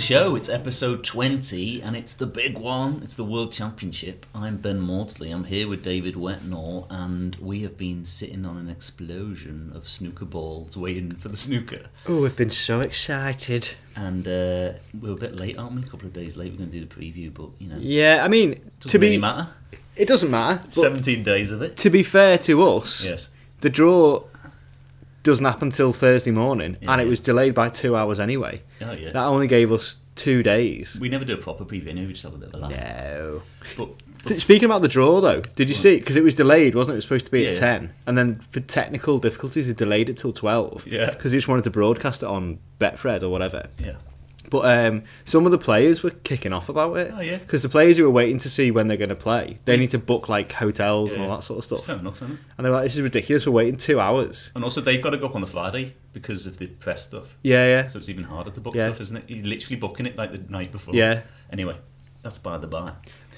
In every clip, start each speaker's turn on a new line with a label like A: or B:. A: show. It's episode 20, and it's the big one. It's the World Championship. I'm Ben Maudsley. I'm here with David Wetnall, and we have been sitting on an explosion of snooker balls waiting for the snooker.
B: Oh, we've been so excited.
A: And uh, we're a bit late, aren't we? A couple of days late. We're going to do the preview, but you know,
B: Yeah, I mean,
A: doesn't
B: to be
A: really matter.
B: it doesn't matter. But
A: 17 days of it.
B: to be fair to us,
A: Yes.
B: the draw doesn't happen till Thursday morning,
A: Yeah,
B: and it
A: yeah.
B: was delayed by two hours anyway.
A: Oh, yeah.
B: That only gave us two days.
A: we never do a proper preview, anyway. We just have a bit of a laugh.
B: No.
A: But,
B: Th- Speaking about the draw, though, did you see? Because it was delayed, wasn't it? It was supposed to be at
A: Yeah.
B: ten, and then for technical difficulties, they delayed it till twelve.
A: Yeah.
B: because they just wanted to broadcast it on Betfred or whatever.
A: yeah.
B: But um, some of the players were kicking off about it.
A: Oh, yeah.
B: Because the players who were waiting to see when they're going to play, they need to book like hotels and
A: Yeah.
B: all that sort of
A: It's
B: stuff.
A: fair enough, isn't it?
B: And they're like, this is ridiculous. We're waiting two hours.
A: And also, they've got to go up on the Friday because of the press stuff.
B: Yeah, yeah.
A: So it's even harder to book
B: Yeah.
A: stuff, isn't it? You're literally booking it like the night before.
B: Yeah.
A: Anyway, that's by the by.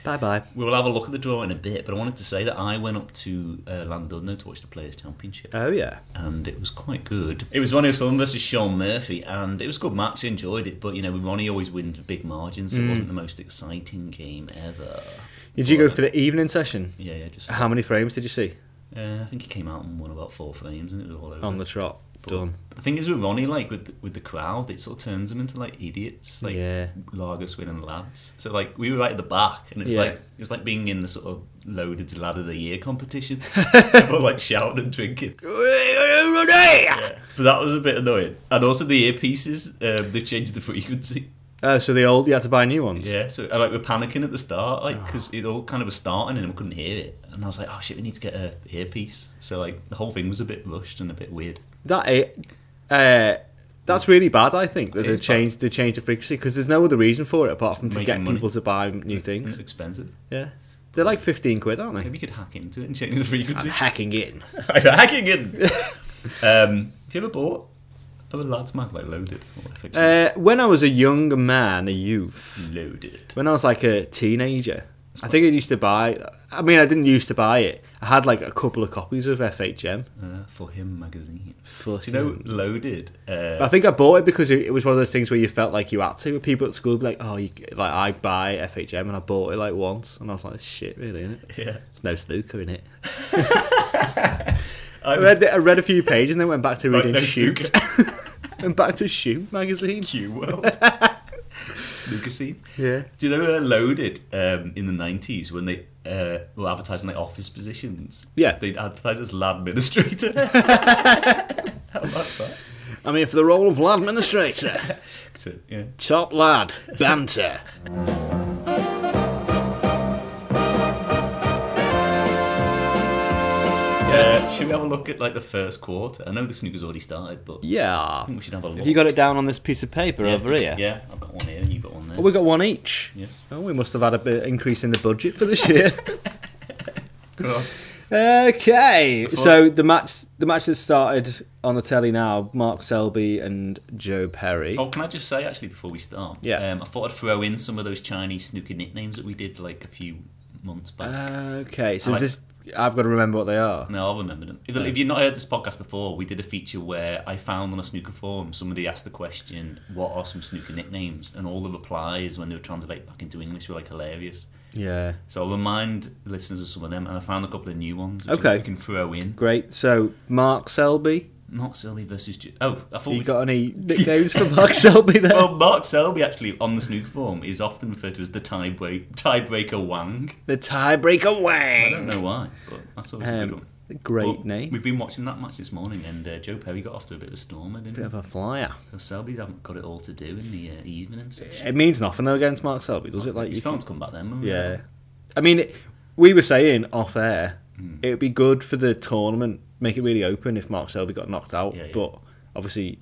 B: Bye bye.
A: We will have a look at the draw in a bit, but I wanted to say that I went up to uh, Landudno to watch the Players' Championship,
B: Oh yeah.
A: and it was quite good. It was Ronnie O'Sullivan versus Sean Murphy, and it was a good match. I enjoyed it, but you know, Ronnie always wins with big margins,
B: Mm.
A: so it wasn't the most exciting game ever.
B: Did you go
A: But,
B: for the evening session?
A: Yeah, yeah, just.
B: How many frames did you see
A: Uh, I think he came out and won about four frames, and it was all over.
B: on the trot? Done.
A: The thing is with Ronnie, like with with the crowd, it sort of turns them into like idiots, like
B: Yeah.
A: lager swinging lads. So like we were right at the back, and it was
B: Yeah.
A: like it was like being in the sort of loaded lad of the year competition, People, like shouting and drinking. Yeah. But that was a bit annoying, and also the earpieces um, they changed the frequency.
B: Oh, so the old you had to buy new ones.
A: Yeah, so I, like we're panicking at the start, like because
B: Ah.
A: it all kind of was starting and we couldn't hear it, and I was like, oh shit, we need to get a earpiece. So like the whole thing was a bit rushed and a bit weird.
B: That it. Uh, that's really bad. I think that
A: It
B: they
A: is bad.
B: changed they changed the frequency because there's no other reason for it apart from to
A: Making
B: get
A: money. Mm-hmm.
B: people to buy new
A: It was
B: things.
A: expensive.
B: Yeah. They're like fifteen quid, aren't they?
A: Maybe you could hack into it and change the frequency.
B: hacking in.
A: I'm hacking in. um, have you ever bought a lad's mag like loaded? Oh, Or I think it
B: Uh, when I was a young man, a youth,
A: was loaded.
B: when I was like a teenager, I think I used to buy. I mean, I didn't used to buy it. I had like a couple of copies of FHM.
A: Uh, for him magazine.
B: For
A: Do you know loaded? Uh,
B: I think I bought it because it it was one of those things where you felt like you had to. People at school would be like, "Oh, you, like I buy FHM," and I bought it like once, and I was like, "Shit, really? Isn't it?
A: yeah.
B: There's no snooker in it."
A: I
B: I read I read a few pages and then went back to
A: Right,
B: reading
A: no
B: Shoot. went back to Shoot magazine.
A: Q World. Snooker scene.
B: Yeah.
A: Do you know uh, Loaded um, in the nineties when they uh, were advertising like office positions?
B: Yeah.
A: they'd advertise as lad administrator. How about that?
B: I mean, for the role of lad administrator.
A: So, yeah.
B: Top lad, banter.
A: Uh, should we have a look at like the first quarter? I know the snooker's already started, but I
B: yeah.
A: think we should have a look.
B: Have you got it down on this piece of paper over here?
A: Yeah, I've got one here and you've got one there.
B: Oh, we got one each.
A: yes.
B: Oh, we must have had a bit increase in the budget for this year.
A: God.
B: okay.
A: the
B: so the match, the match that started on the telly now, Mark Selby and Joe Perry.
A: Oh, can I just say actually before we start?
B: Yeah.
A: Um, I thought I'd throw in some of those Chinese snooker nicknames that we did like a few months back.
B: Uh, Okay. So
A: I
B: is this? I've got to remember what they are.
A: no, I'll remember them. If, if you've not heard this podcast before, we did a feature where I found on a snooker forum somebody asked the question, "What are some snooker nicknames?" and all the replies when they were translated back into English were like hilarious.
B: Yeah.
A: So I'll remind listeners of some of them, and I found a couple of new ones. which
B: Okay.
A: we can throw in.
B: Great. So Mark Selby.
A: Not Sylvie versus. Ju- oh, I thought
B: You
A: we
B: got any nicknames for Mark Selby there?
A: Well, Mark Selby actually on the snooker form is often referred to as the tie break, tiebreaker Wang.
B: the tiebreaker
A: I
B: Wang.
A: don't know why, but that's always a good one.
B: Um, great
A: But
B: name.
A: We've been watching that match this morning, and uh, Joe Perry got off to a bit of a stormer, didn't he?
B: Bit of a flyer.
A: Because Selby haven't got it all to do in the uh, evening session.
B: It means nothing though against Mark Selby, does it? Like
A: He's
B: you
A: starting to come back then. wasn't he?
B: Yeah. I mean, it- we were saying off air, it would be good for the tournament, make it really open if Mark Selby got knocked out.
A: Yeah, yeah.
B: But obviously,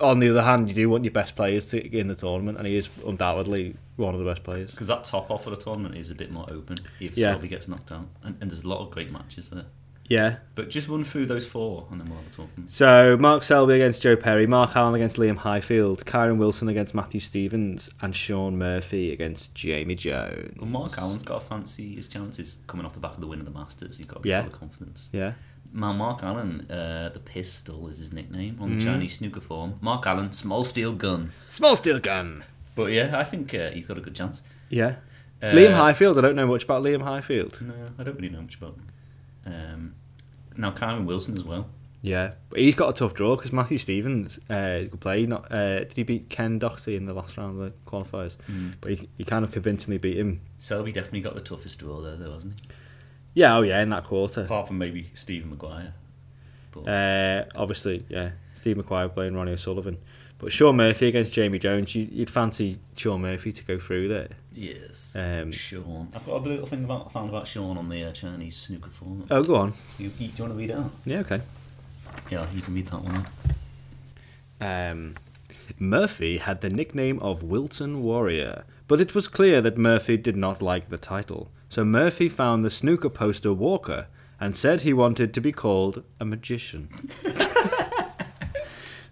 B: on the other hand, you do want your best players to in the tournament, and he is undoubtedly one of the best players.
A: Because that top off of the tournament is a bit more open if
B: Yeah.
A: Selby gets knocked out, and, and there's a lot of great matches there.
B: Yeah.
A: But just run through those four, and then we'll have a talk.
B: So Mark Selby against Joe Perry, Mark Allen against Liam Highfield, Kyron Wilson against Matthew Stevens, and Sean Murphy against Jamie Jones.
A: Well, Mark Allen's got to fancy his chances coming off the back of the win of the Masters. You've got to
B: Yeah.
A: feel the confidence.
B: Yeah.
A: Man, Mark Allen, uh, the pistol is his nickname on the Chinese snooker form. Mark Allen, small steel gun.
B: Small steel gun.
A: But yeah, I think uh, he's got a good chance.
B: Yeah.
A: Uh,
B: Liam Highfield. I don't know much about Liam Highfield.
A: No, I don't really know much about him. Um, now, Kyron Wilson as well.
B: Yeah, but he's got a tough draw because Matthew Stevens uh, could play. Not uh, did he beat Ken Doherty in the last round of the qualifiers? But he, he kind of convincingly beat him.
A: Selby definitely got the toughest draw there, though, hasn't he?
B: Yeah. Oh yeah, in that quarter.
A: Apart from maybe Stephen Maguire. But
B: Uh, obviously, yeah. Steve McQuire playing Ronnie O'Sullivan, but Sean Murphy against Jamie Jones. You, you'd fancy Sean Murphy to go through there.
A: yes,
B: Um,
A: Sean. I've got a little thing about I found about Sean on the uh, Chinese snooker forum.
B: oh, go on.
A: You, you, do you want to read it out?
B: Yeah. Okay.
A: Yeah, you can read that one. out.
B: Um, Murphy had the nickname of Wilton Warrior, but it was clear that Murphy did not like the title. So Murphy found the snooker poster Walker and said he wanted to be called a magician.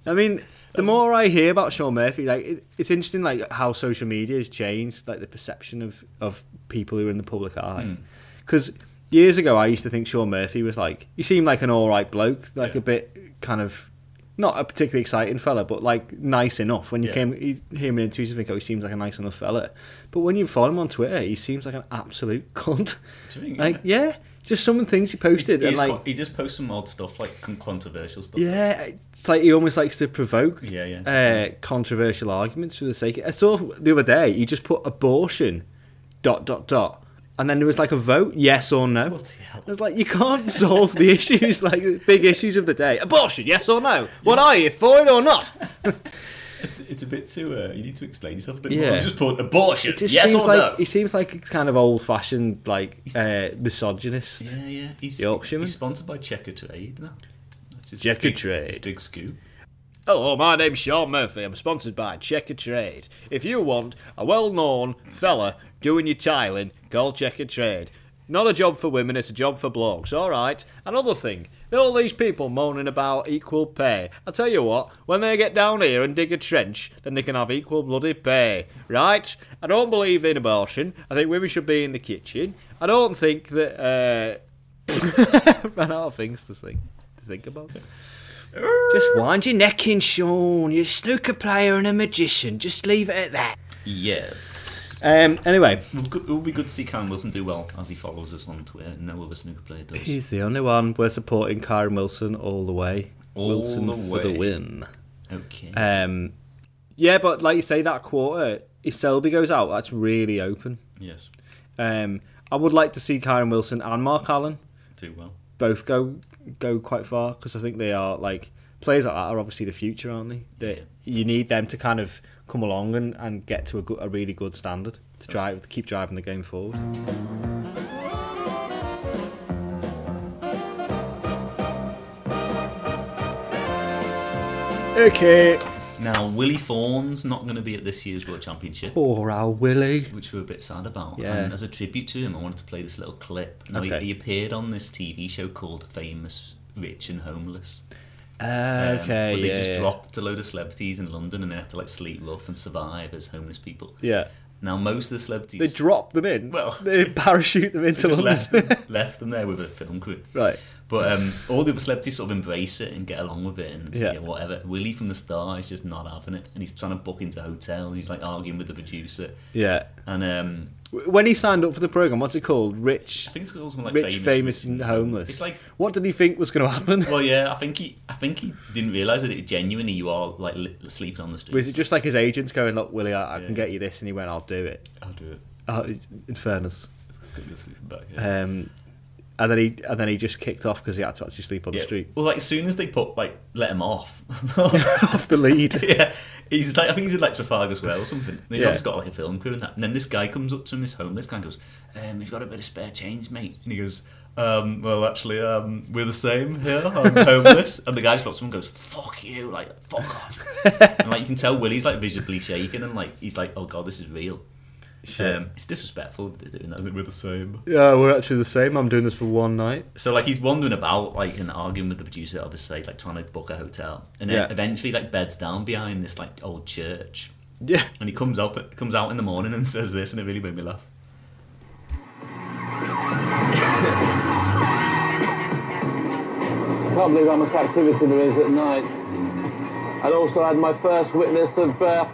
B: I mean, the more I hear about Sean Murphy, like it, it's interesting, like how social media has changed, like the perception of of people who are in the public
A: Hmm.
B: eye. Because years ago, I used to think Sean Murphy was like he seemed like an all right bloke, like a bit kind of not a particularly exciting fella, but like nice enough. When you
A: Yeah.
B: came you hear him in interviews, you think, oh, he seems like a nice enough fella. But when you follow him on Twitter, he seems like an absolute cunt.
A: Do you think?
B: like, yeah, just some of the things he posted,
A: he,
B: and
A: is
B: like,
A: quite- he just posts some odd stuff, like con- controversial stuff.
B: yeah, it's like he almost likes to provoke
A: Yeah, yeah.
B: uh, controversial arguments for the sake. I saw the other day he just put abortion dot dot dot, and then there was like a vote, yes or no.
A: What the hell?
B: I was like, you can't solve the issues, like the big issues of the day. Abortion, yes or no? What are you for it or not?
A: It's, it's a bit too. Uh, you need to explain yourself a bit
B: Yeah.
A: more. Just put abortion.
B: It just
A: yes
B: seems
A: or
B: like
A: no?
B: he seems like a kind of old-fashioned, like uh, misogynist.
A: Yeah, yeah. He's,
B: Yorkshireman.
A: he's sponsored by Checker Trade now. That's his
B: Checker
A: big,
B: Trade.
A: His big scoop.
B: Hello, my name's Sean Murphy. I'm sponsored by Checker Trade. If you want a well known fella doing your tiling, call Checker Trade. Not a job for women, it's a job for blokes, alright? Another thing, all these people moaning about equal pay. I tell you what, when they get down here and dig a trench, then they can have equal bloody pay, right? I don't believe in abortion. I think women should be in the kitchen. I don't think that, uh. ran out of things to think, to think about. Just wind your neck in, Sean. You're a snooker player and a magician. Just leave it at that.
A: Yes.
B: Um. Anyway,
A: We'll go- It would be good to see Cam Wilson do well as he follows us on Twitter. No other snooker player does.
B: he's the only one we're supporting. Kyron Wilson all the way.
A: All
B: Wilson
A: the
B: for the
A: way.
B: win.
A: Okay.
B: Um. Yeah, but like you say, that quarter, if Selby goes out, that's really open.
A: yes.
B: Um. I would like to see Kyron Wilson and Mark Allen
A: Do well.
B: both go go quite far because I think they are like players like that are obviously the future, aren't they? They You need them to kind of come along and, and get to a, good, a really good standard to drive to keep driving the game forward. Okay,
A: Now Willie Thorne's not going to be at this year's World Championship,
B: poor old Willie.
A: which we're a bit sad about.
B: Yeah.
A: And as a tribute to him, I wanted to play this little clip. Now
B: Okay.
A: he, he appeared on this TV show called Famous, Rich and Homeless. Um,
B: Okay,
A: Where they
B: yeah,
A: just
B: yeah.
A: dropped a load of celebrities in London and they had to like sleep rough and survive as homeless people.
B: Yeah,
A: Now most of the celebrities
B: they drop them in.
A: Well-
B: they parachute them into
A: just
B: London.
A: left them, left them there with a film crew.
B: Right.
A: But um, all the other celebrities sort of embrace it and get along with it and
B: Yeah.
A: yeah. whatever. Willie from the start is just not having it, and he's trying to book into hotels. He's like arguing with the producer,
B: Yeah.
A: and um,
B: W- When he signed up for the program, what's it called? Rich.
A: I think it's called something like
B: rich,
A: famous,
B: famous, and homeless.
A: It's like-
B: what did he think was going to happen?
A: Well, yeah, I think he, I think he didn't realize that it genuinely you are like li- sleeping on the street.
B: was it just like his agents going, "Look, Willie, I, I can
A: Yeah.
B: get you this," and he went, "I'll do it."
A: I'll do it.
B: Oh, in fairness,
A: It's, it's gonna be a sleeping bag. Yeah.
B: um, and then he and then he just kicked off because he had to actually sleep on
A: Yeah.
B: the street
A: Well, like as soon as they put like let him off,
B: off the lead.
A: yeah, he's like I think he's in like Trafalgar Square or something. And They've
B: Yeah.
A: just got like a film crew and that. And then this guy comes up to him, this homeless guy, and goes, um, "You've got a bit of spare change, mate?" And he goes, um, "Well, actually, um, we're the same here. I'm homeless." and the guy just looks at him and goes, "Fuck you!" Like, "Fuck off!" and like you can tell Willie's like visibly shaken and like he's like, "Oh god, this is real."
B: Shit.
A: Um, it's disrespectful that they're doing that. I think we're the same.
B: Yeah, we're actually the same. I'm doing this for one night.
A: So like he's wandering about like and arguing with the producer, obviously like trying to book a hotel, and
B: Yeah.
A: then eventually like beds down behind this like old church,
B: Yeah.
A: and he comes up comes out in the morning and says this, and it really made me laugh.
C: can't believe how much activity there is at night. And also, I had my first witness of uh,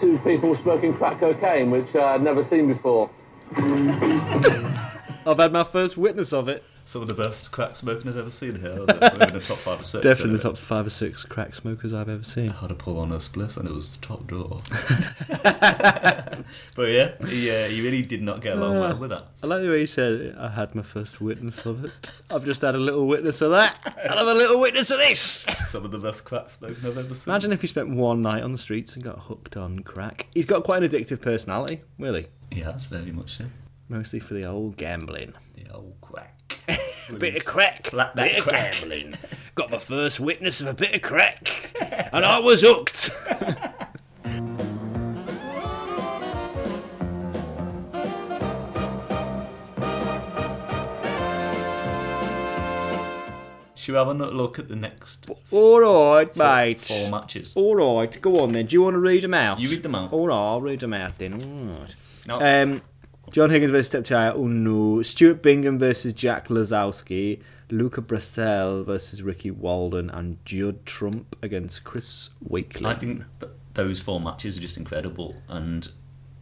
C: two people smoking crack cocaine, which uh, I'd never seen before.
B: I've had my first witness of it.
A: Some of the best crack smoking I've ever seen here. in the top five or six.
B: Definitely the top five or six crack smokers I've ever seen.
A: had a pull on a spliff and it was the top drawer. but yeah, he, uh, he really did not get along
B: Uh.
A: well with that.
B: I like the way you said I had my first witness of it. I've just had a little witness of that. I'll have a little witness of this.
A: Some of the best crack smoking I've ever seen.
B: Imagine if he spent one night on the streets and got hooked on crack. He's got quite an addictive personality, really.
A: Yeah, that's very much it.
B: Mostly for the old gambling.
A: The old crack.
B: Bit of crack.
A: Like that
B: bit
A: crack.
B: of gambling. Got my first witness of a bit of crack. And I was hooked.
A: Should we have a look at the next four,
B: Alright, mate.
A: four matches?
B: Alright, go on then. Do you want to read them out?
A: You read them out.
B: Alright, I'll read them out then. Alright.
A: No.
B: Um, John Higgins versus Stepchild. Oh no. Stuart Bingham versus Jack Lazowski. Luca Bracel versus Ricky Walden. And Judd Trump against Chris Wakeley.
A: I think th- those four matches are just incredible. And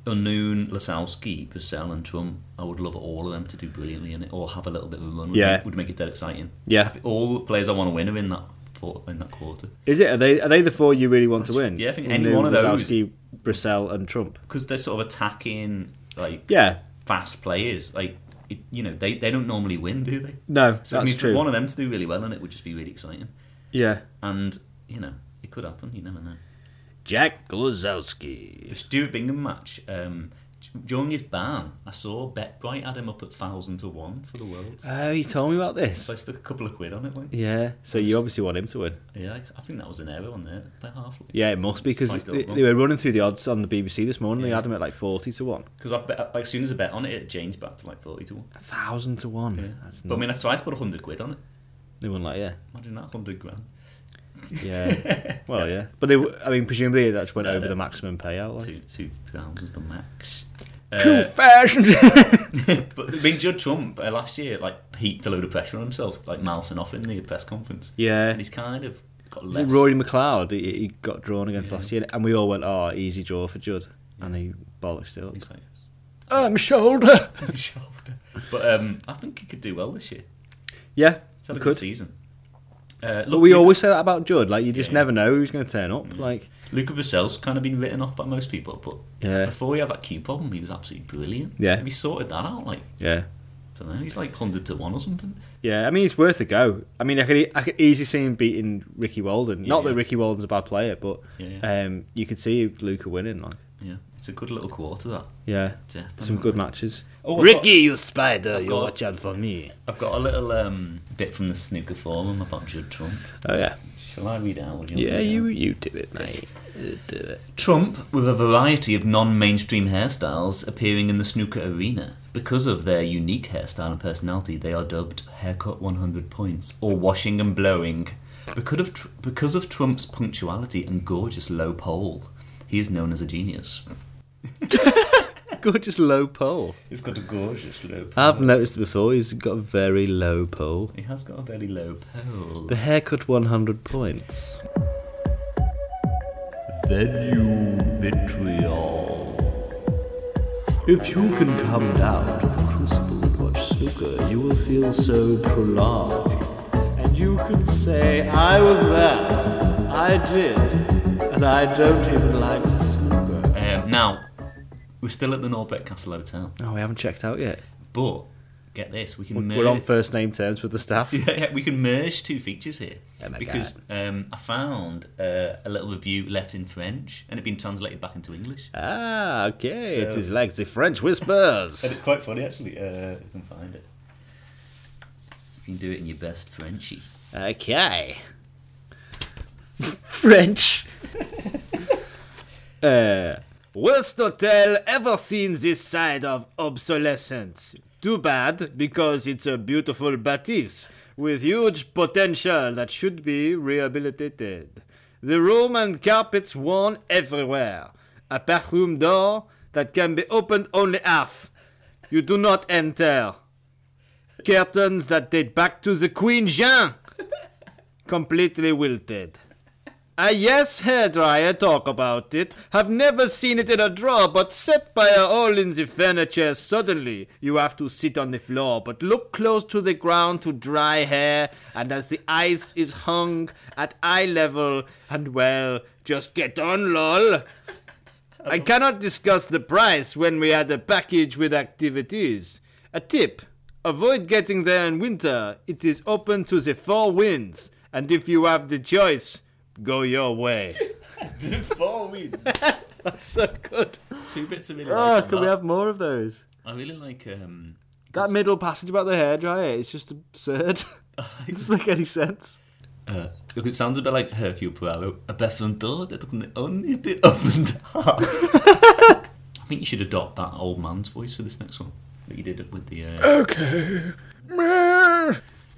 A: Unknown, Lasowski, Purcell, and Trump, I would love all of them to do brilliantly in it or have a little bit of a run. Would
B: Yeah.
A: Make, would make it dead exciting.
B: Yeah.
A: All the players I want to win are in that, four- in that quarter.
B: Is it? Are they are they the four you really want to win?
A: yeah, I think
B: Or
A: any
B: Lou,
A: one of those.
B: Wazowski, Brissell, and Trump.
A: because they're sort of attacking like
B: Yeah,
A: fast players. Like it, you know, they, they don't normally win, do they?
B: no,
A: So I
B: that's
A: mean,
B: true.
A: for one of them to do really well, and it would just be really exciting.
B: yeah,
A: And you know, it could happen. You never know.
D: Jack Glazowski.
A: The Stuart Bingham match. Um, d- during his ban, I saw Betbright had him up at thousand to one for the world.
B: Oh, you told me about this.
A: so I stuck a couple of quid on it. Like,
B: Yeah, so you obviously want him to win.
A: yeah, I, I think that was an error on there by half.
B: Yeah, it must be
A: Might
B: because
A: still
B: they,
A: wrong.
B: they were running through the odds on the BBC this morning. They had them at like forty to one,
A: Because I bet, like, as soon as I bet on it, it changed back to like forty to one.
B: a thousand to one.
A: Yeah.
B: That's
A: But I
B: not.
A: mean, I tried to put hundred quid on it.
B: They won like yeah,
A: Imagine that hundred grand.
B: yeah. well, yeah, but they. were- I mean, presumably that's went
A: No,
B: over
A: no.
B: the maximum payout. Like.
A: Two two pounds is the max.
B: Too
A: Uh,
B: fashioned.
A: But I mean, Judd Trump uh, last year like heaped a load of pressure on himself, like mouthing off in the press conference.
B: yeah.
A: and he's kind of got
B: Was it
A: less.
B: Rory McLeod? He, he got drawn against last year, and we all went, "Oh, easy draw for Judd," and he bollocks it up.
A: He's like,
B: Um, shoulder.
A: shoulder. But um, I think he could do well this year.
B: yeah,
A: He's had
B: we
A: a
B: could.
A: good season. Uh,
B: But
A: look,
B: we
A: Luca-
B: always say that about Judd. Like you just
A: Yeah.
B: never know who's going to turn up. Like
A: Luca Vassell's kind of been written off by most people, but
B: yeah,
A: before he had that Q problem, he was absolutely brilliant.
B: Yeah.
A: If he sorted that out, like
B: yeah,
A: I don't know, he's like hundred to one or something.
B: yeah. I mean, it's worth a go. I mean, I could e- I could easily see him beating Ricky Walden. Not
A: Yeah.
B: that Ricky Walden's a bad player, but
A: Yeah, yeah.
B: um, you could see Luca winning. Like
A: yeah. It's a good little quarter that.
B: yeah,
A: Definitely.
B: some good matches.
A: Oh,
D: you spider, you
A: got-
D: out for me.
A: I've got a little um, bit from the snooker forum about Judd Trump.
B: Oh yeah,
A: Shall I read it out? or do you want
B: yeah.
A: me to?
B: You you do it, mate. You do it.
A: Trump, with a variety of non mainstream hairstyles appearing in the snooker arena. Because of their unique hairstyle and personality, they are dubbed haircut 100 points or washing and blowing. Because of, tr- because of Trump's punctuality and gorgeous low pole, he is known as a genius.
B: Gorgeous low pole.
A: He's got a gorgeous low pole.
B: I've noticed before he's got a very low pole.
A: He has got a very low pole.
B: The haircut 100 points.
A: venue vitriol.
B: If you can come down to the crucible and watch snooker, you will feel so prolonged. And you can say, I was there, I did, and I don't even like snooker.
A: Um, now, we're still at the Norbert Castle Hotel,
B: Oh, we haven't checked out yet.
A: but get this, we can
B: We're on
A: merge-
B: first name terms with the staff.
A: Yeah, yeah, we can merge two features here
B: Oh my
A: because um, I found uh, a little review left in French and it had been translated back into English.
B: Ah, okay, it
A: So-
B: is like the French whispers.
A: And it's quite funny actually. Uh, you can find it. You can do it in your best Frenchy.
B: Okay. French. uh, Worst hotel ever seen this side of obsolescence. Too bad, because it's a beautiful bâtisse with huge potential that should be rehabilitated. The room and carpets worn everywhere. A bathroom door that can be opened only half. You do not enter. Curtains that date back to the Queen Jean. Completely wilted. A yes hairdryer talk about it. Have never seen it in a drawer, but set by a hole in the furniture suddenly. You have to sit on the floor, but look close to the ground to dry hair, and as the ice is hung at eye level, and well, just get on, lol. I cannot discuss the price when we had a package with activities. A tip avoid getting there in winter, it is open to the four winds, and if you have the choice, go your way.
A: Four wins.
B: That's so good.
A: Two bits of really
B: Oh,
A: like on
B: can we
A: that.
B: have more of those?
A: I really like um,
B: That middle passage about the hairdryer is just absurd. it doesn't make any sense.
A: Uh, look, it sounds a bit like Hercule Poirot. A bathroom door that can only be opened half. I think you should adopt that old man's voice for this next one that you did with the. Uh...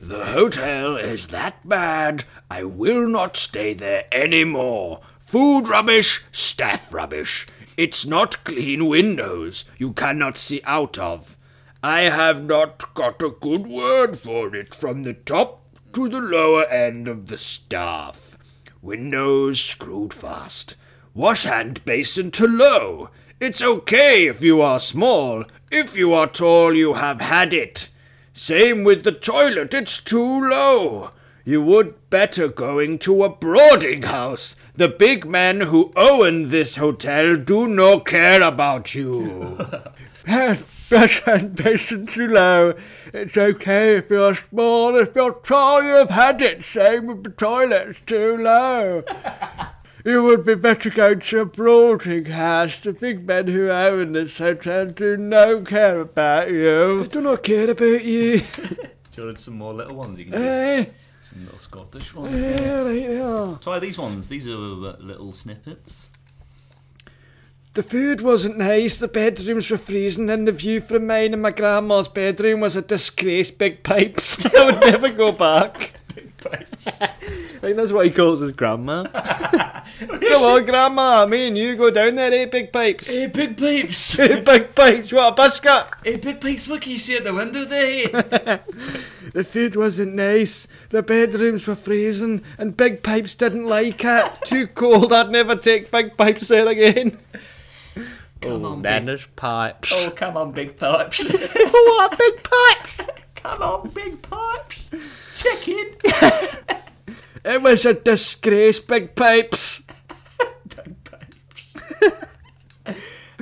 B: The hotel is that bad. I will not stay there anymore. Food rubbish, staff rubbish. It's not clean windows you cannot see out of. I have not got a good word for it from the top to the lower end of the staff. Windows screwed fast. Wash hand basin to low. It's okay if you are small. If you are tall, you have had it. Same with the toilet, it's too low. You would better going to a boarding house. The big men who own this hotel do not care about you. Brush and basin too low. It's okay if you're small, if you're tall, you've had it. Same with the toilets too low. You would be better going to a boarding house. The big men who own this hotel do not care about you. They do not care about you.
A: Do you want some more little ones? You can do
B: Eh,
A: some little Scottish ones.
B: eh, right there.
A: Try these ones. These are uh, little snippets.
B: The food wasn't nice, the bedrooms were freezing, and the view from mine and my grandma's bedroom was a disgrace. Big pipes. I would never go back. I think that's what he calls his grandma. Come on, grandma, me and you go down there, eh, big pipes?
A: Hey, big peeps!
B: Eh, big pipes, what a biscuit!
A: hey, big peeps! What can you see at the window there?
B: The food wasn't nice, the bedrooms were freezing, and Big Pipes didn't like it. Too cold, I'd never take Big Pipes there again.
A: Come on, big.
B: Madness Oh, pipes.
A: Oh, come on, big pipes! Oh,
B: what a big pipe!
A: come on, big pipes! Check in.
B: It was a disgrace, Big Pipes.
A: big pipes.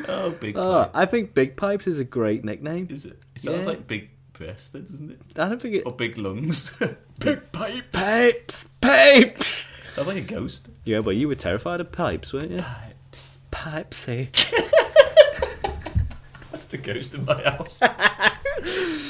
A: oh, big
B: Oh,
A: pipes.
B: I think Big Pipes is a great nickname.
A: Is it? It sounds
B: Yeah.
A: like big breasts, doesn't it?
B: I don't think it.
A: Or big lungs. big pipes.
B: Pipes! Pipes!
A: That's like a ghost. Uh,
B: Yeah, but you were terrified of pipes, weren't you?
A: Pipes.
B: Pipes, eh?
A: That's the ghost in my house.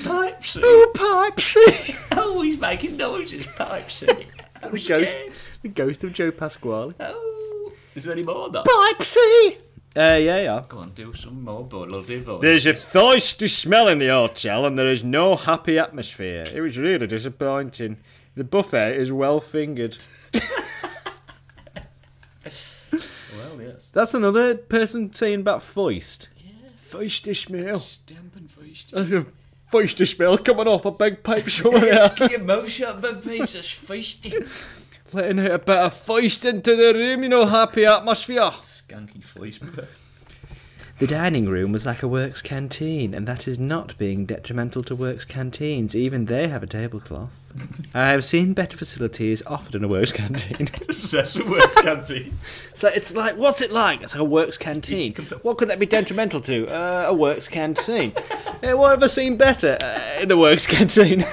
A: pipes.
B: Oh, pipes!
A: Oh, he's making noises. Pipes. I'm
B: ghost.
A: scared.
B: the ghost of Joe Pasquale.
A: Oh. Is there any more of that?
B: Pipesy! Uh, yeah, yeah.
A: Go on, do some more, but I'll do voice.
B: There's a thirsty smell in the hotel, and there is no happy atmosphere. It was really disappointing. The buffet is well fingered.
A: Well, yes.
B: That's another person saying about foist. Feisty smell.
A: Stamping feast.
B: Uh. Feisty smell coming off a big pipe somewhere.
A: Your mouth shut, big peeps. It's feisty.
B: Letting out a bit of feist into the room, you know, happy atmosphere.
A: Skanky feast.
D: The dining room was like a works canteen, and that is not being detrimental to works canteens. Even they have a tablecloth. I have seen better facilities offered in a works canteen.
A: Obsessed with words, canteen.
D: so it's like, what's it like? It's like a works canteen.
B: What could that be detrimental to? Uh, a works canteen. Eh, what have I seen better uh, in a works canteen?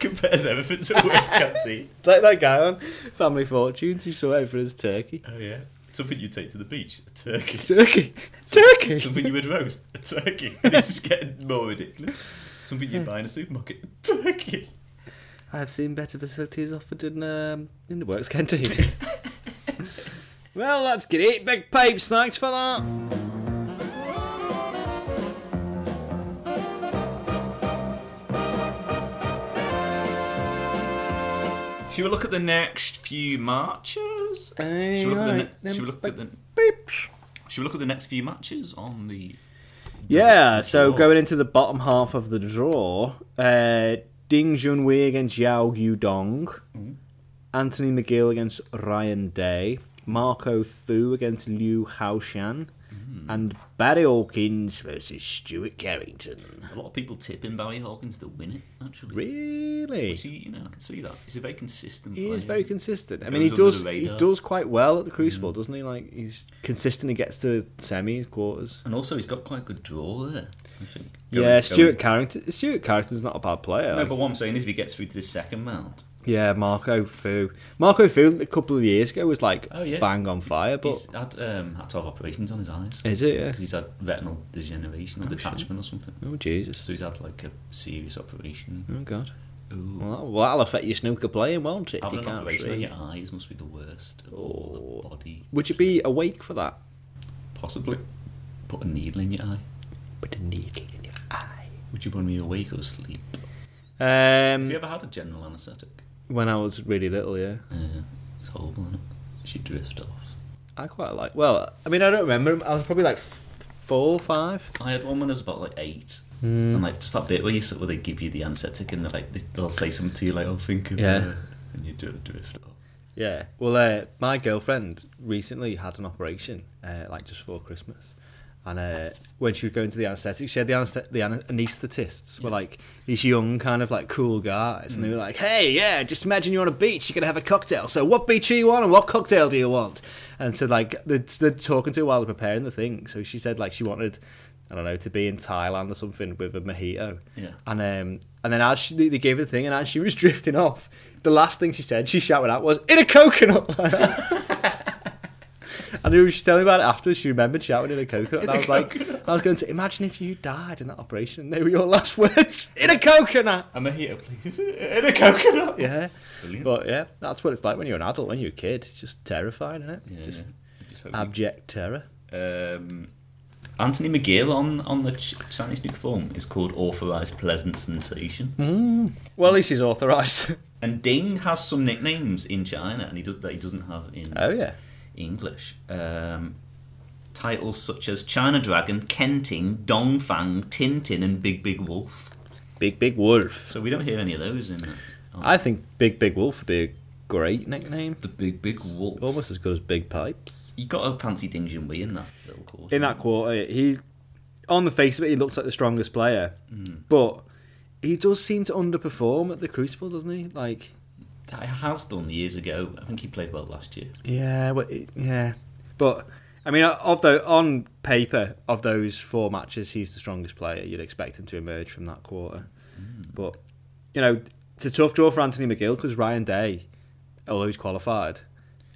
A: Compares everything to words, canteen.
B: like that guy on Family Fortunes who saw out for his turkey.
A: Oh, yeah. Something you take to the beach, a turkey.
B: Turkey! Turkey!
A: Something you would roast, a turkey. This is getting more ridiculous. Something
B: Hmm.
A: you buy in a supermarket, a turkey.
D: I have seen better facilities offered in um, in the works canteen.
E: Well, that's great. Big pipes, thanks for that.
A: Should we look at the next few matches? Should we look at the,
B: Alright,
A: ne-
B: then,
A: should we look at the Should we look at the next few matches on the?
B: Yeah, so
A: Sure.
B: going into the bottom half of the draw, uh, Ding Junhui against Yao Yudong,
E: Mm-hmm.
B: Anthony McGill against Ryan Day, Marco Fu against Liu Haoshan,
E: Mm-hmm.
B: and Barry Hawkins versus Stuart Carrington.
A: A lot of people tipping Barry Hawkins to win it. Actually,
B: Really?
A: So, you know, I can see that. He's a very consistent.
B: He
A: player.
B: is very consistent. I mean, he
A: Goes under
B: does
A: the
B: he
A: radar. Mm.
B: does quite well at the Crucible, doesn't he? Like he's consistent. He gets to semis, quarters.
A: and also he's got quite a good draw there. I think.
B: yeah,
A: Going-
B: Stuart Carrington. Stuart Carrington's not a bad player.
A: going-
B: like,
A: No, but what I'm saying is, if he gets through to the second round,
B: Yeah, Marco Fu. Marco Fu a couple of years ago was like
A: Oh, yeah.
B: bang on fire, but
A: he's had um, had to have operations on his eyes
B: is it? Yeah.
A: because he's had retinal degeneration or detachment or something.
B: Oh Jesus!
A: So he's had like a serious operation.
B: Oh God!
A: Ooh.
B: Well, that'll, well, that'll affect your snooker playing, won't it? If
A: Having
B: you
A: an
B: can't Oh.
A: operation on
B: see.
A: your eyes must be the worst. Or the body,
B: Would you be awake for that?
A: possibly. Put a needle in your eye.
B: Put a needle in your eye.
A: Would you want me awake or asleep? Have you
B: Um,
A: ever had a general anaesthetic?
B: when I was really little, yeah,
A: Uh, it's horrible, isn't it? She drift off.
B: I quite like. Well, I mean, I don't remember. I was probably like f- four, five.
A: I had one when I was about like eight, and like just that bit where you sit- where they give you the anaesthetic and they're like they- they'll say something to you like, "Oh, think of
B: Yeah.
A: uh," and you do drift off.
B: Yeah. Well, uh, my girlfriend recently had an operation, uh, like just before Christmas. And uh, when she was going to the anaesthetic, she had the, anesthet- the ana- anaesthetists were like these young, kind of like cool guys. And they were like, hey, yeah, just imagine you're on a beach, you're going to have a cocktail. So what beach are you on and what cocktail do you want? And so, like, they're, they're talking to her while they're preparing the thing. So she said, like, she wanted, I don't know, to be in Thailand or something with a mojito.
A: Yeah.
B: And um, and then as she, they- they gave her the thing, and as she was drifting off, the last thing she said, she shouted out, was "In a coconut." and she was telling me about it afterwards. She remembered shouting "In a coconut," and I was like, "I was going to imagine if you died in that operation, and they were your last words, in a coconut."
A: I'm a heater, please, and a coconut.
B: Yeah.
A: Brilliant.
B: But yeah, that's what it's like when you're an adult. When you're a kid, it's just terrifying, isn't it?
A: Yeah,
B: Just
A: I just hope
B: abject terror.
A: you- um, Anthony McGill on on the Ch- Chinese nuke form is called authorized pleasant sensation,
B: Well, at least he's authorised.
A: and Ding has some nicknames in China, and he does that he doesn't have in
B: oh yeah.
A: English. Um, titles such as China Dragon, Kenting, Dongfang, Tintin, and Big Big Wolf.
B: Big big wolf.
A: So we don't hear any of those in the- on
B: I think Big Big Wolf would be a great nickname.
A: the Big Big Wolf.
B: Almost as good as Big Pipes.
A: You got a fancy Ding Junhui in that little course.
B: In that quarter, he, on the face of it, he looks like the strongest player, but he does seem to underperform at the Crucible, doesn't he? Like,
A: That has done years ago. I think he played well last year.
B: yeah, but it- yeah, but I mean, of the on paper of those four matches, he's the strongest player. You'd expect him to emerge from that quarter, but you know, it's a tough draw for Anthony McGill because Ryan Day, although he's qualified,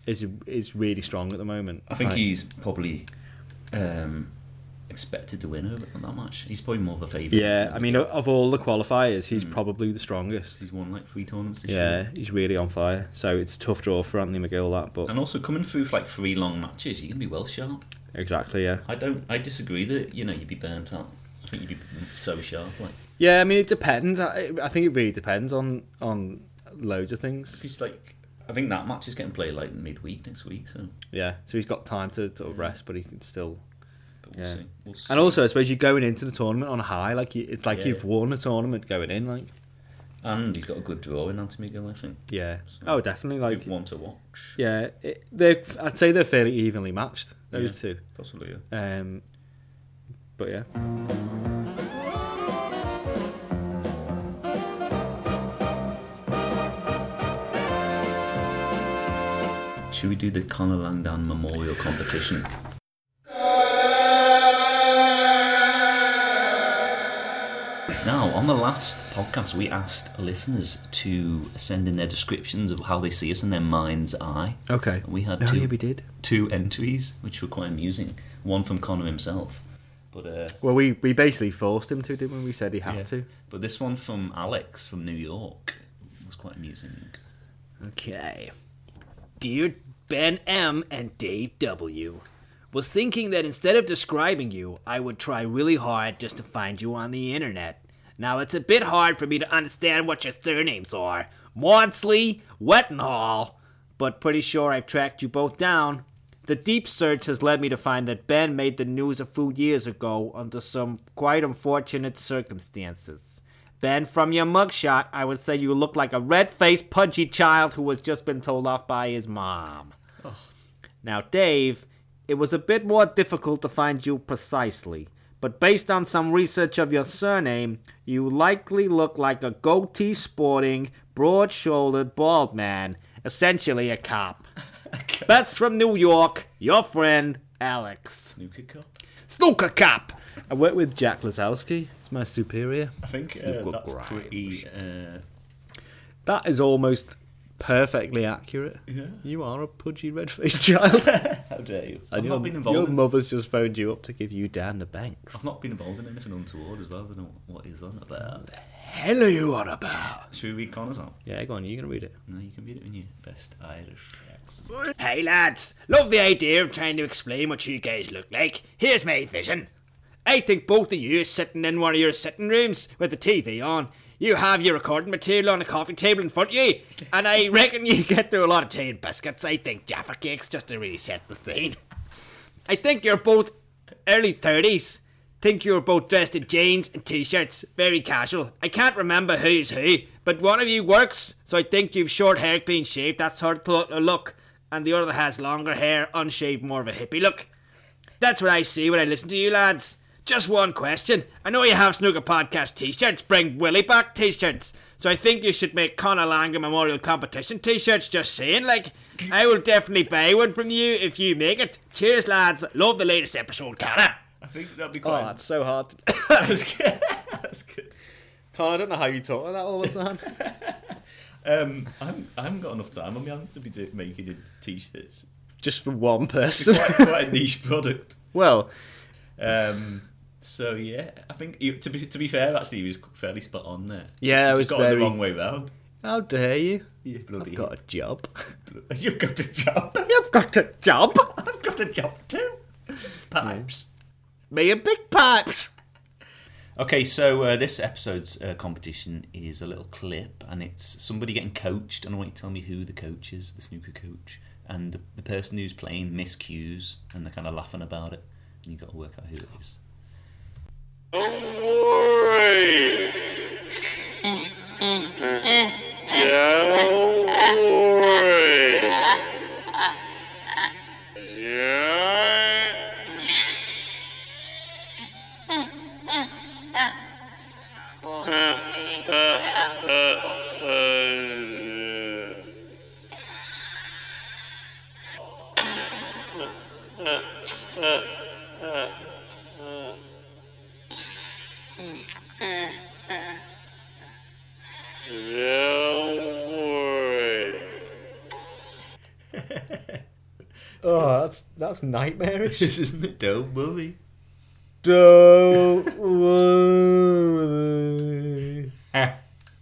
B: is is really strong at the moment.
A: I think
B: Like-
A: he's probably um, expected to win over on that match. He's probably more of a favourite.
B: Yeah, I mean, o- of all the qualifiers, he's probably the strongest.
A: he's won like three tournaments this year.
B: Yeah, he's really on fire. So it's a tough draw for Anthony McGill, that, but
A: And also coming through for like three long matches, you can be well sharp.
B: exactly, yeah.
A: I don't. I disagree that you know you'd be burnt out. I think you'd be so sharp. Like
B: Yeah, I mean, it depends. I, I think it really depends on on loads of things.
A: it's like I think that match is getting played like midweek next week. So
B: Yeah, so he's got time to sort of rest, but he can still.
A: but we'll
B: Yeah.
A: see. We'll see.
B: Hmm. And also, I suppose you're going into the tournament on a high. Like you, it's like
A: Yeah,
B: you've
A: yeah.
B: won a tournament going in. Like
A: and he's got a good draw in Anthony McGill. I think.
B: yeah,
A: So-
B: oh definitely.
A: Like,
B: Like
A: Good one to watch.
B: yeah, it, they're. I'd say they're fairly evenly matched. Those
A: Yeah.
B: two.
A: Possibly. Yeah.
B: Um, but yeah.
A: Should we do the Conor Langdon Memorial Competition? Now, on the last podcast, we asked listeners to send in their descriptions of how they see us in their mind's eye.
B: Okay.
A: We had
B: Oh,
A: two.
B: yeah, we did.
A: two entries, which were quite amusing. One from Connor himself, but uh,
B: Well, we, we basically forced him to, didn't we? We said he had
A: yeah.
B: to.
A: But this one from Alex from New York was quite amusing.
B: Okay. Dear Ben M and Dave W. Was thinking that instead of describing you, I would try really hard just to find you on the internet. Now it's a bit hard for me to understand what your surnames are. Maudsley, Wettenhall, but pretty sure I've tracked you both down. The deep search has led me to find that Ben made the news a few years ago under some quite unfortunate circumstances. Ben, from your mugshot, I would say you look like a red faced, pudgy child who has just been told off by his mom.
D: Oh.
B: Now, Dave, it was a bit more difficult to find you precisely, but based on some research of your surname, you likely look like a goatee sporting, broad shouldered bald man, essentially a cop. That's from New York, your friend, Alex.
A: Snooker Cup?
B: Snooker Cop!
D: I work with Jack Lazowski. It's my superior.
A: I think uh,
D: Snooker
A: that's
D: grind.
A: pretty. Uh,
D: That is almost perfectly accurate.
A: Yeah.
D: You are a pudgy red-faced child.
A: how dare you?
D: And
A: I've
D: your-
A: not been involved.
D: Your
A: In,
D: mother's just phoned you up to give you Dan the Banks.
A: I've
B: Oh.
A: not been involved in anything untoward as well. I don't know what is on about.
D: Hell are you on about?
A: Should we read Connor's out?
D: Yeah, go on. You can read it.
A: No, you can read it in your best Irish accent.
B: Hey lads, love the idea of trying to explain what you guys look like. Here's my vision. I think both of you sitting in one of your sitting rooms with the TV on. You have your recording material on a coffee table in front of you, and I reckon you get through a lot of tea and biscuits. I think Jaffa Cakes just to really set the scene. I think you're both early 30s. Think you were both dressed in jeans and t-shirts, very casual. I can't remember who's who, but one of you works, so I think you've short hair, clean shaved, that sort of clo- uh, look, and the other has longer hair, unshaved, more of a hippie look. That's what I see when I listen to you lads. Just one question. I know you have snooker podcast t-shirts. Bring Willie back t-shirts. So I think you should make Connor Langer Memorial Competition t-shirts. Just saying, like, I will definitely buy one from you if you make it. Cheers, lads. Love the latest episode, Connor.
A: I think that'd be
D: Oh,
A: quite.
D: that's so hard.
A: that's good. that's good.
D: Con, Oh, I don't know how you talk like that all the time.
A: Um, I haven't, I haven't got enough time on my hands to be do- making it t-shirts.
D: Just for one person.
A: Quite, quite a niche product.
D: well,
A: Um, so yeah, I think he, to be to be fair, actually, he was fairly spot on there.
D: Yeah, I
A: Just
D: was
A: got it
D: very-
A: the wrong way round.
D: how dare you?
A: Yeah, bloody.
D: Got a job.
A: You've got a job.
D: You've got a job.
A: I've got a job too. Perhaps.
D: Me a big pipes.
A: Okay, so uh, this episode's uh, competition is a little clip, and it's somebody getting coached, and I want you to tell me who the coach is, the snooker coach, and the, the person who's playing miscues, and they're kind of laughing about it, and you've got to work out who it is.
D: Oh, that's that's nightmarish.
A: isn't it? Don't worry.
D: Don't worry. Uh,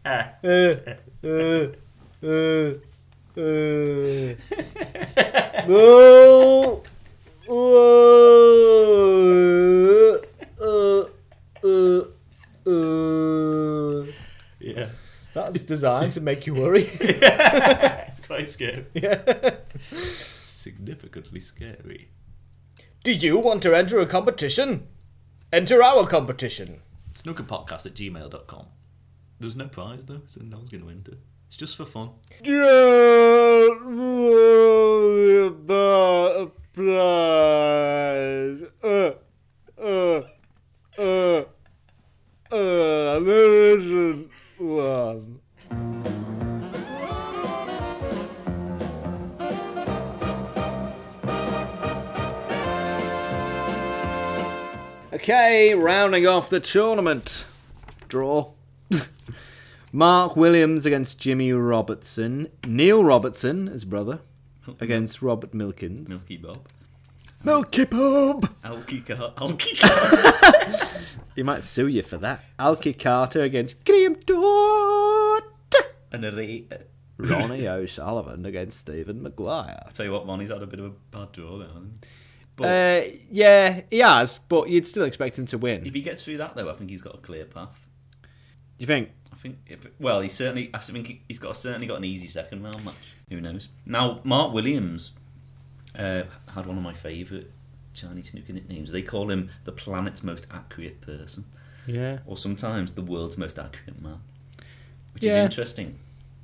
D: uh, uh, uh. Don't worry. Uh, uh, uh.
A: Yeah,
D: That's designed to make you worry.
A: it's quite scary.
D: Yeah.
A: Significantly scary.
D: Do you want to enter a competition? Enter our competition.
A: Snookerpodcast at gmail.com. There's no prize, though, so no one's going to enter. It's just for fun.
D: Don't worry about a prize. Uh, uh, uh, uh, there isn't one. Okay, rounding off the tournament. Draw. Mark Williams against Jimmy Robertson. Neil Robertson, his brother, against Robert Milkins.
A: Milky Bob.
D: Milky Bob!
A: Alky Car. Alky Car.
D: He might sue you for that. Alki Carter against Graham Dort.
A: and a uh, rate.
B: Ronnie O'Sullivan against Stephen Maguire.
A: I tell you what, Ronnie's had a bit of a bad draw there, hasn't he? But
B: Uh, yeah, he has, but you'd still expect him to win.
A: if he gets through that, though, I think he's got a clear path.
B: You think?
A: I think, if, well, he's certainly. I think he- he's got certainly got an easy second round match. Who knows? Now, Mark Williams uh, had one of my favourite Chinese snooker nicknames. They call him the planet's most accurate person,
B: Yeah.
A: or sometimes the world's most accurate man, which is
B: Yeah.
A: interesting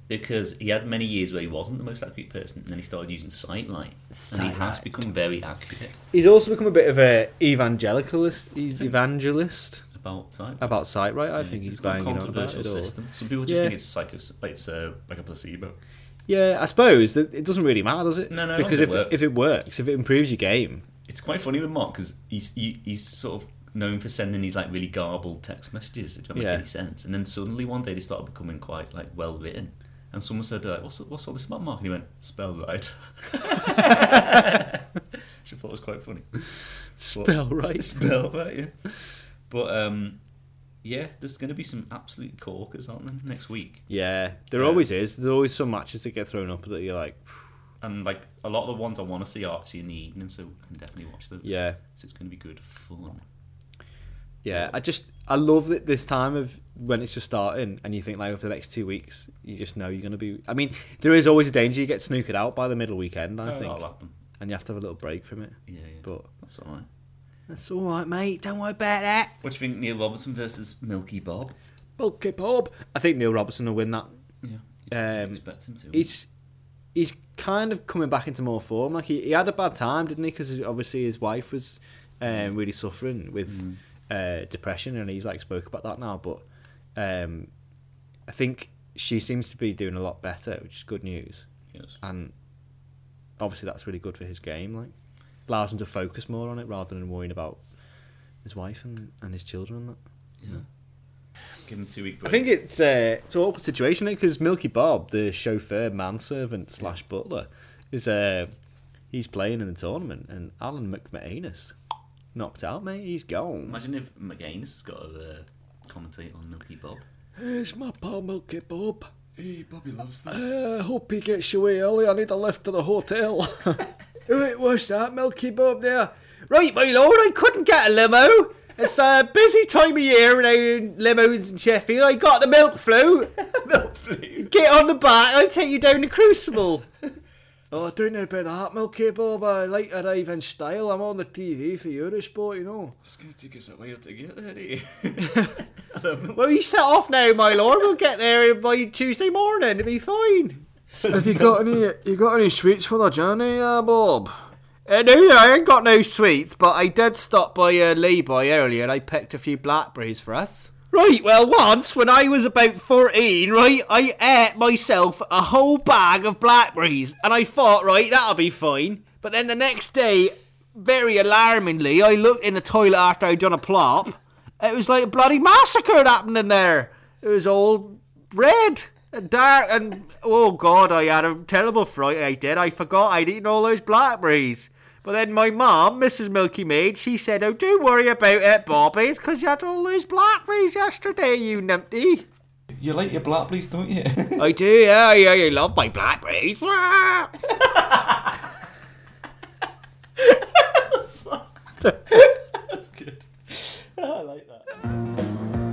A: because he had many years where he wasn't the most accurate person, and then he started using sightlight, and he has
B: Sightlight.
A: become very accurate
B: He's also become a bit of a evangelicalist, e- evangelist
A: about sightlight.
B: about sight right. I
A: Yeah,
B: think he's
A: got a
B: banging on about
A: controversial
B: it all.
A: system. Some people just
B: Yeah.
A: think it's psycho, like it's uh, like a placebo.
B: Yeah, I suppose that it doesn't really matter, does it?
A: No, no,
B: because
A: it
B: if
A: works.
B: if it works, if it improves your game,
A: It's quite funny with Mark because he's he, he's sort of known for sending these like really garbled text messages that don't make
B: Yeah.
A: any sense, and then suddenly one day they started becoming quite like well written. And someone said, like, what's, what's all this about, Mark? And he went, spell right. Which I thought was quite funny.
B: spell right.
A: Spell right, yeah. But, um, yeah, there's going to be some absolute corkers, aren't there, next week?
B: Yeah, there
A: Yeah.
B: always is. There's always some matches that get thrown up that you're like,
A: And, like, a lot of the ones I want to see are actually in the evening, so I can definitely watch those.
B: yeah,
A: So it's going to be good fun.
B: yeah. I just I love that this time of when it's just starting and you think like over the next two weeks, you just know you're gonna be. I mean, there is always a danger you get snookered out by the middle weekend.
A: Oh,
B: I think,
A: that'll happen.
B: and you have to have a little break from it.
A: Yeah, yeah.
B: But
A: That's all right.
B: that's all right, mate. Don't worry about that.
A: What do you think, Neil Robertson versus Milky Bob?
B: Bulky Bob. I think Neil Robertson will win that.
A: Yeah, you'd
B: Um,
A: expect him to.
B: He's he's kind of coming back into more form. Like he, he had a bad time, didn't he? Because obviously his wife was um, really suffering
A: Mm.
B: with uh, depression, and he's like spoke about that now. But um, I think she seems to be doing a lot better, which is good news.
A: yes.
B: And obviously that's really good for his game. Like allows him to focus more on it rather than worrying about his wife and, and his children and that.
A: Yeah. Give him two week
B: I
A: break.
B: think it's uh, it's an awkward situation because Milky Bob, the chauffeur, manservant slash butler, is uh, he's playing in the tournament, and Alan McManus knocked out, mate. He's gone.
A: Imagine if McGaines has got to uh, commentate on Milky Bob.
B: Here's my pal Milky Bob.
A: Hey, Bobby loves
B: I
A: this.
B: Uh, hope he gets away early. I need a lift to the hotel. Who was that, Milky Bob? There, right, my lord. I couldn't get a limo. It's a busy time of year and limos in Sheffield. I got the milk flu.
A: Milk flu.
B: Get on the back, I'll take you down the crucible. oh, I don't know about that, Milky Bob. I like arrive in style. I'm on the TV for Eurosport, you know.
A: It's going to take us a while to get there, eh? I love milk.
B: Well, you set off now, my lord. We'll get there by Tuesday morning. It'll be fine. Have you got any? You got any sweets for the journey, uh, Bob? Uh, no, no, I ain't got no sweets, but I did stop by uh, Leyboy earlier and I picked a few blackberries for us. Right, well, once when I was about 14, right, I ate myself a whole bag of blackberries and I thought, right, that'll be fine. But then the next day, very alarmingly, I looked in the toilet after I'd done a plop. It was like a bloody massacre had happened in there. It was all red and dark and oh god, I had a terrible fright. I did. I forgot I'd eaten all those blackberries. But then my mum, Mrs. Milky Maid, she said, "Oh, don't worry about it, Bobby. It's 'cause you had all those blackberries yesterday, you numpty."
A: You like your black blues, don't you?
B: I do. Yeah, yeah. You love my blackberries.
A: That's good. I like that.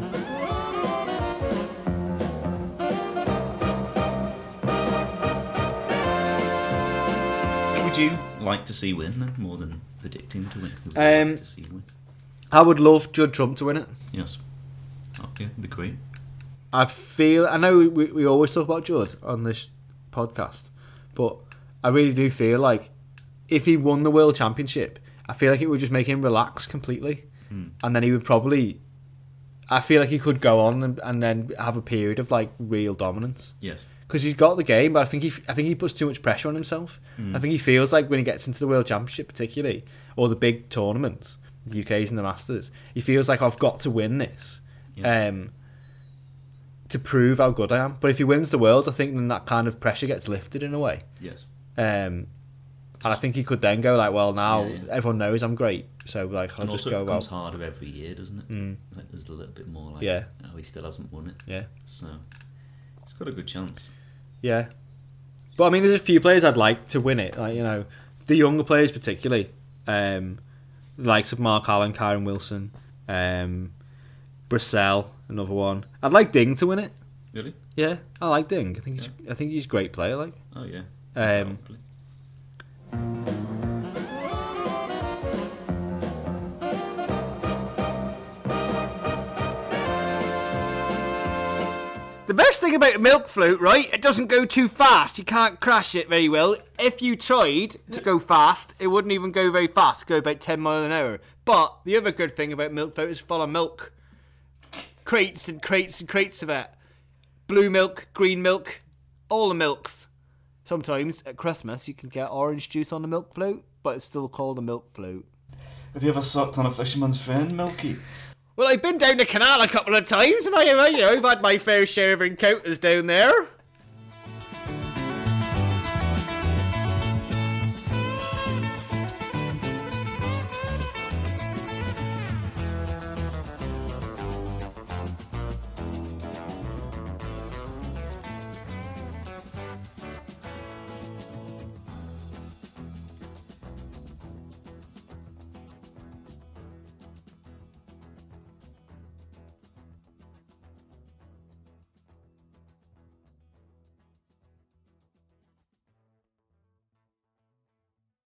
A: What Would you like to see win then, more than predicting to win? Who Would you
B: Um,
A: like to see win?
B: I would love Judd Trump to win it.
A: Yes. Okay, the great.
B: I feel I know we, we always talk about Judd on this podcast, but I really do feel like if he won the world championship, I feel like it would just make him relax completely, and then he would probably. I feel like he could go on and, and then have a period of like real dominance
A: Yes.
B: because he's got the game, but I think he I think he puts too much pressure on himself.
A: Hmm.
B: I think he feels like when he gets into the World Championship, particularly or the big tournaments, the UK's and the Masters, he feels like I've got to win this,
A: Yes.
B: um, to prove how good I am. But if he wins the Worlds, I think then that kind of pressure gets lifted in a way.
A: Yes.
B: Um, and I think he could then go like, well, now
A: Yeah, yeah.
B: everyone knows I'm great, so like I'll
A: and
B: just
A: also
B: go
A: it
B: well.
A: becomes harder every year, doesn't it? Mm. Like there's a little bit more like
B: Yeah.
A: oh he still hasn't won it.
B: Yeah,
A: So he's got a good chance.
B: yeah.
D: But
B: But I mean, there's a few players I'd like to win it. Like you know, the younger players particularly, um, the likes of Mark Allen, Kyron Wilson, um, Brissell, another one. I'd like Ding to win it.
A: Really?
B: Yeah, I like Ding. I think he's I think he's a great player. Like
A: Oh yeah.
B: um,
A: Probably.
B: the best thing about a milk flute, right? It doesn't go too fast. You can't crash it very well. If you tried to go fast, it wouldn't even go very fast. It'd go about ten miles an hour. But the other good thing about milk flute is full of milk, crates and crates and crates of it. Blue milk, green milk, all the milks. Sometimes at Christmas you can get orange juice on the milk flute, but it's still called a milk flute.
F: Have you ever sucked on a fisherman's friend, Milky?
B: Well, I've been down the canal a couple of times, and I, you know, I've had my fair share of encounters down there.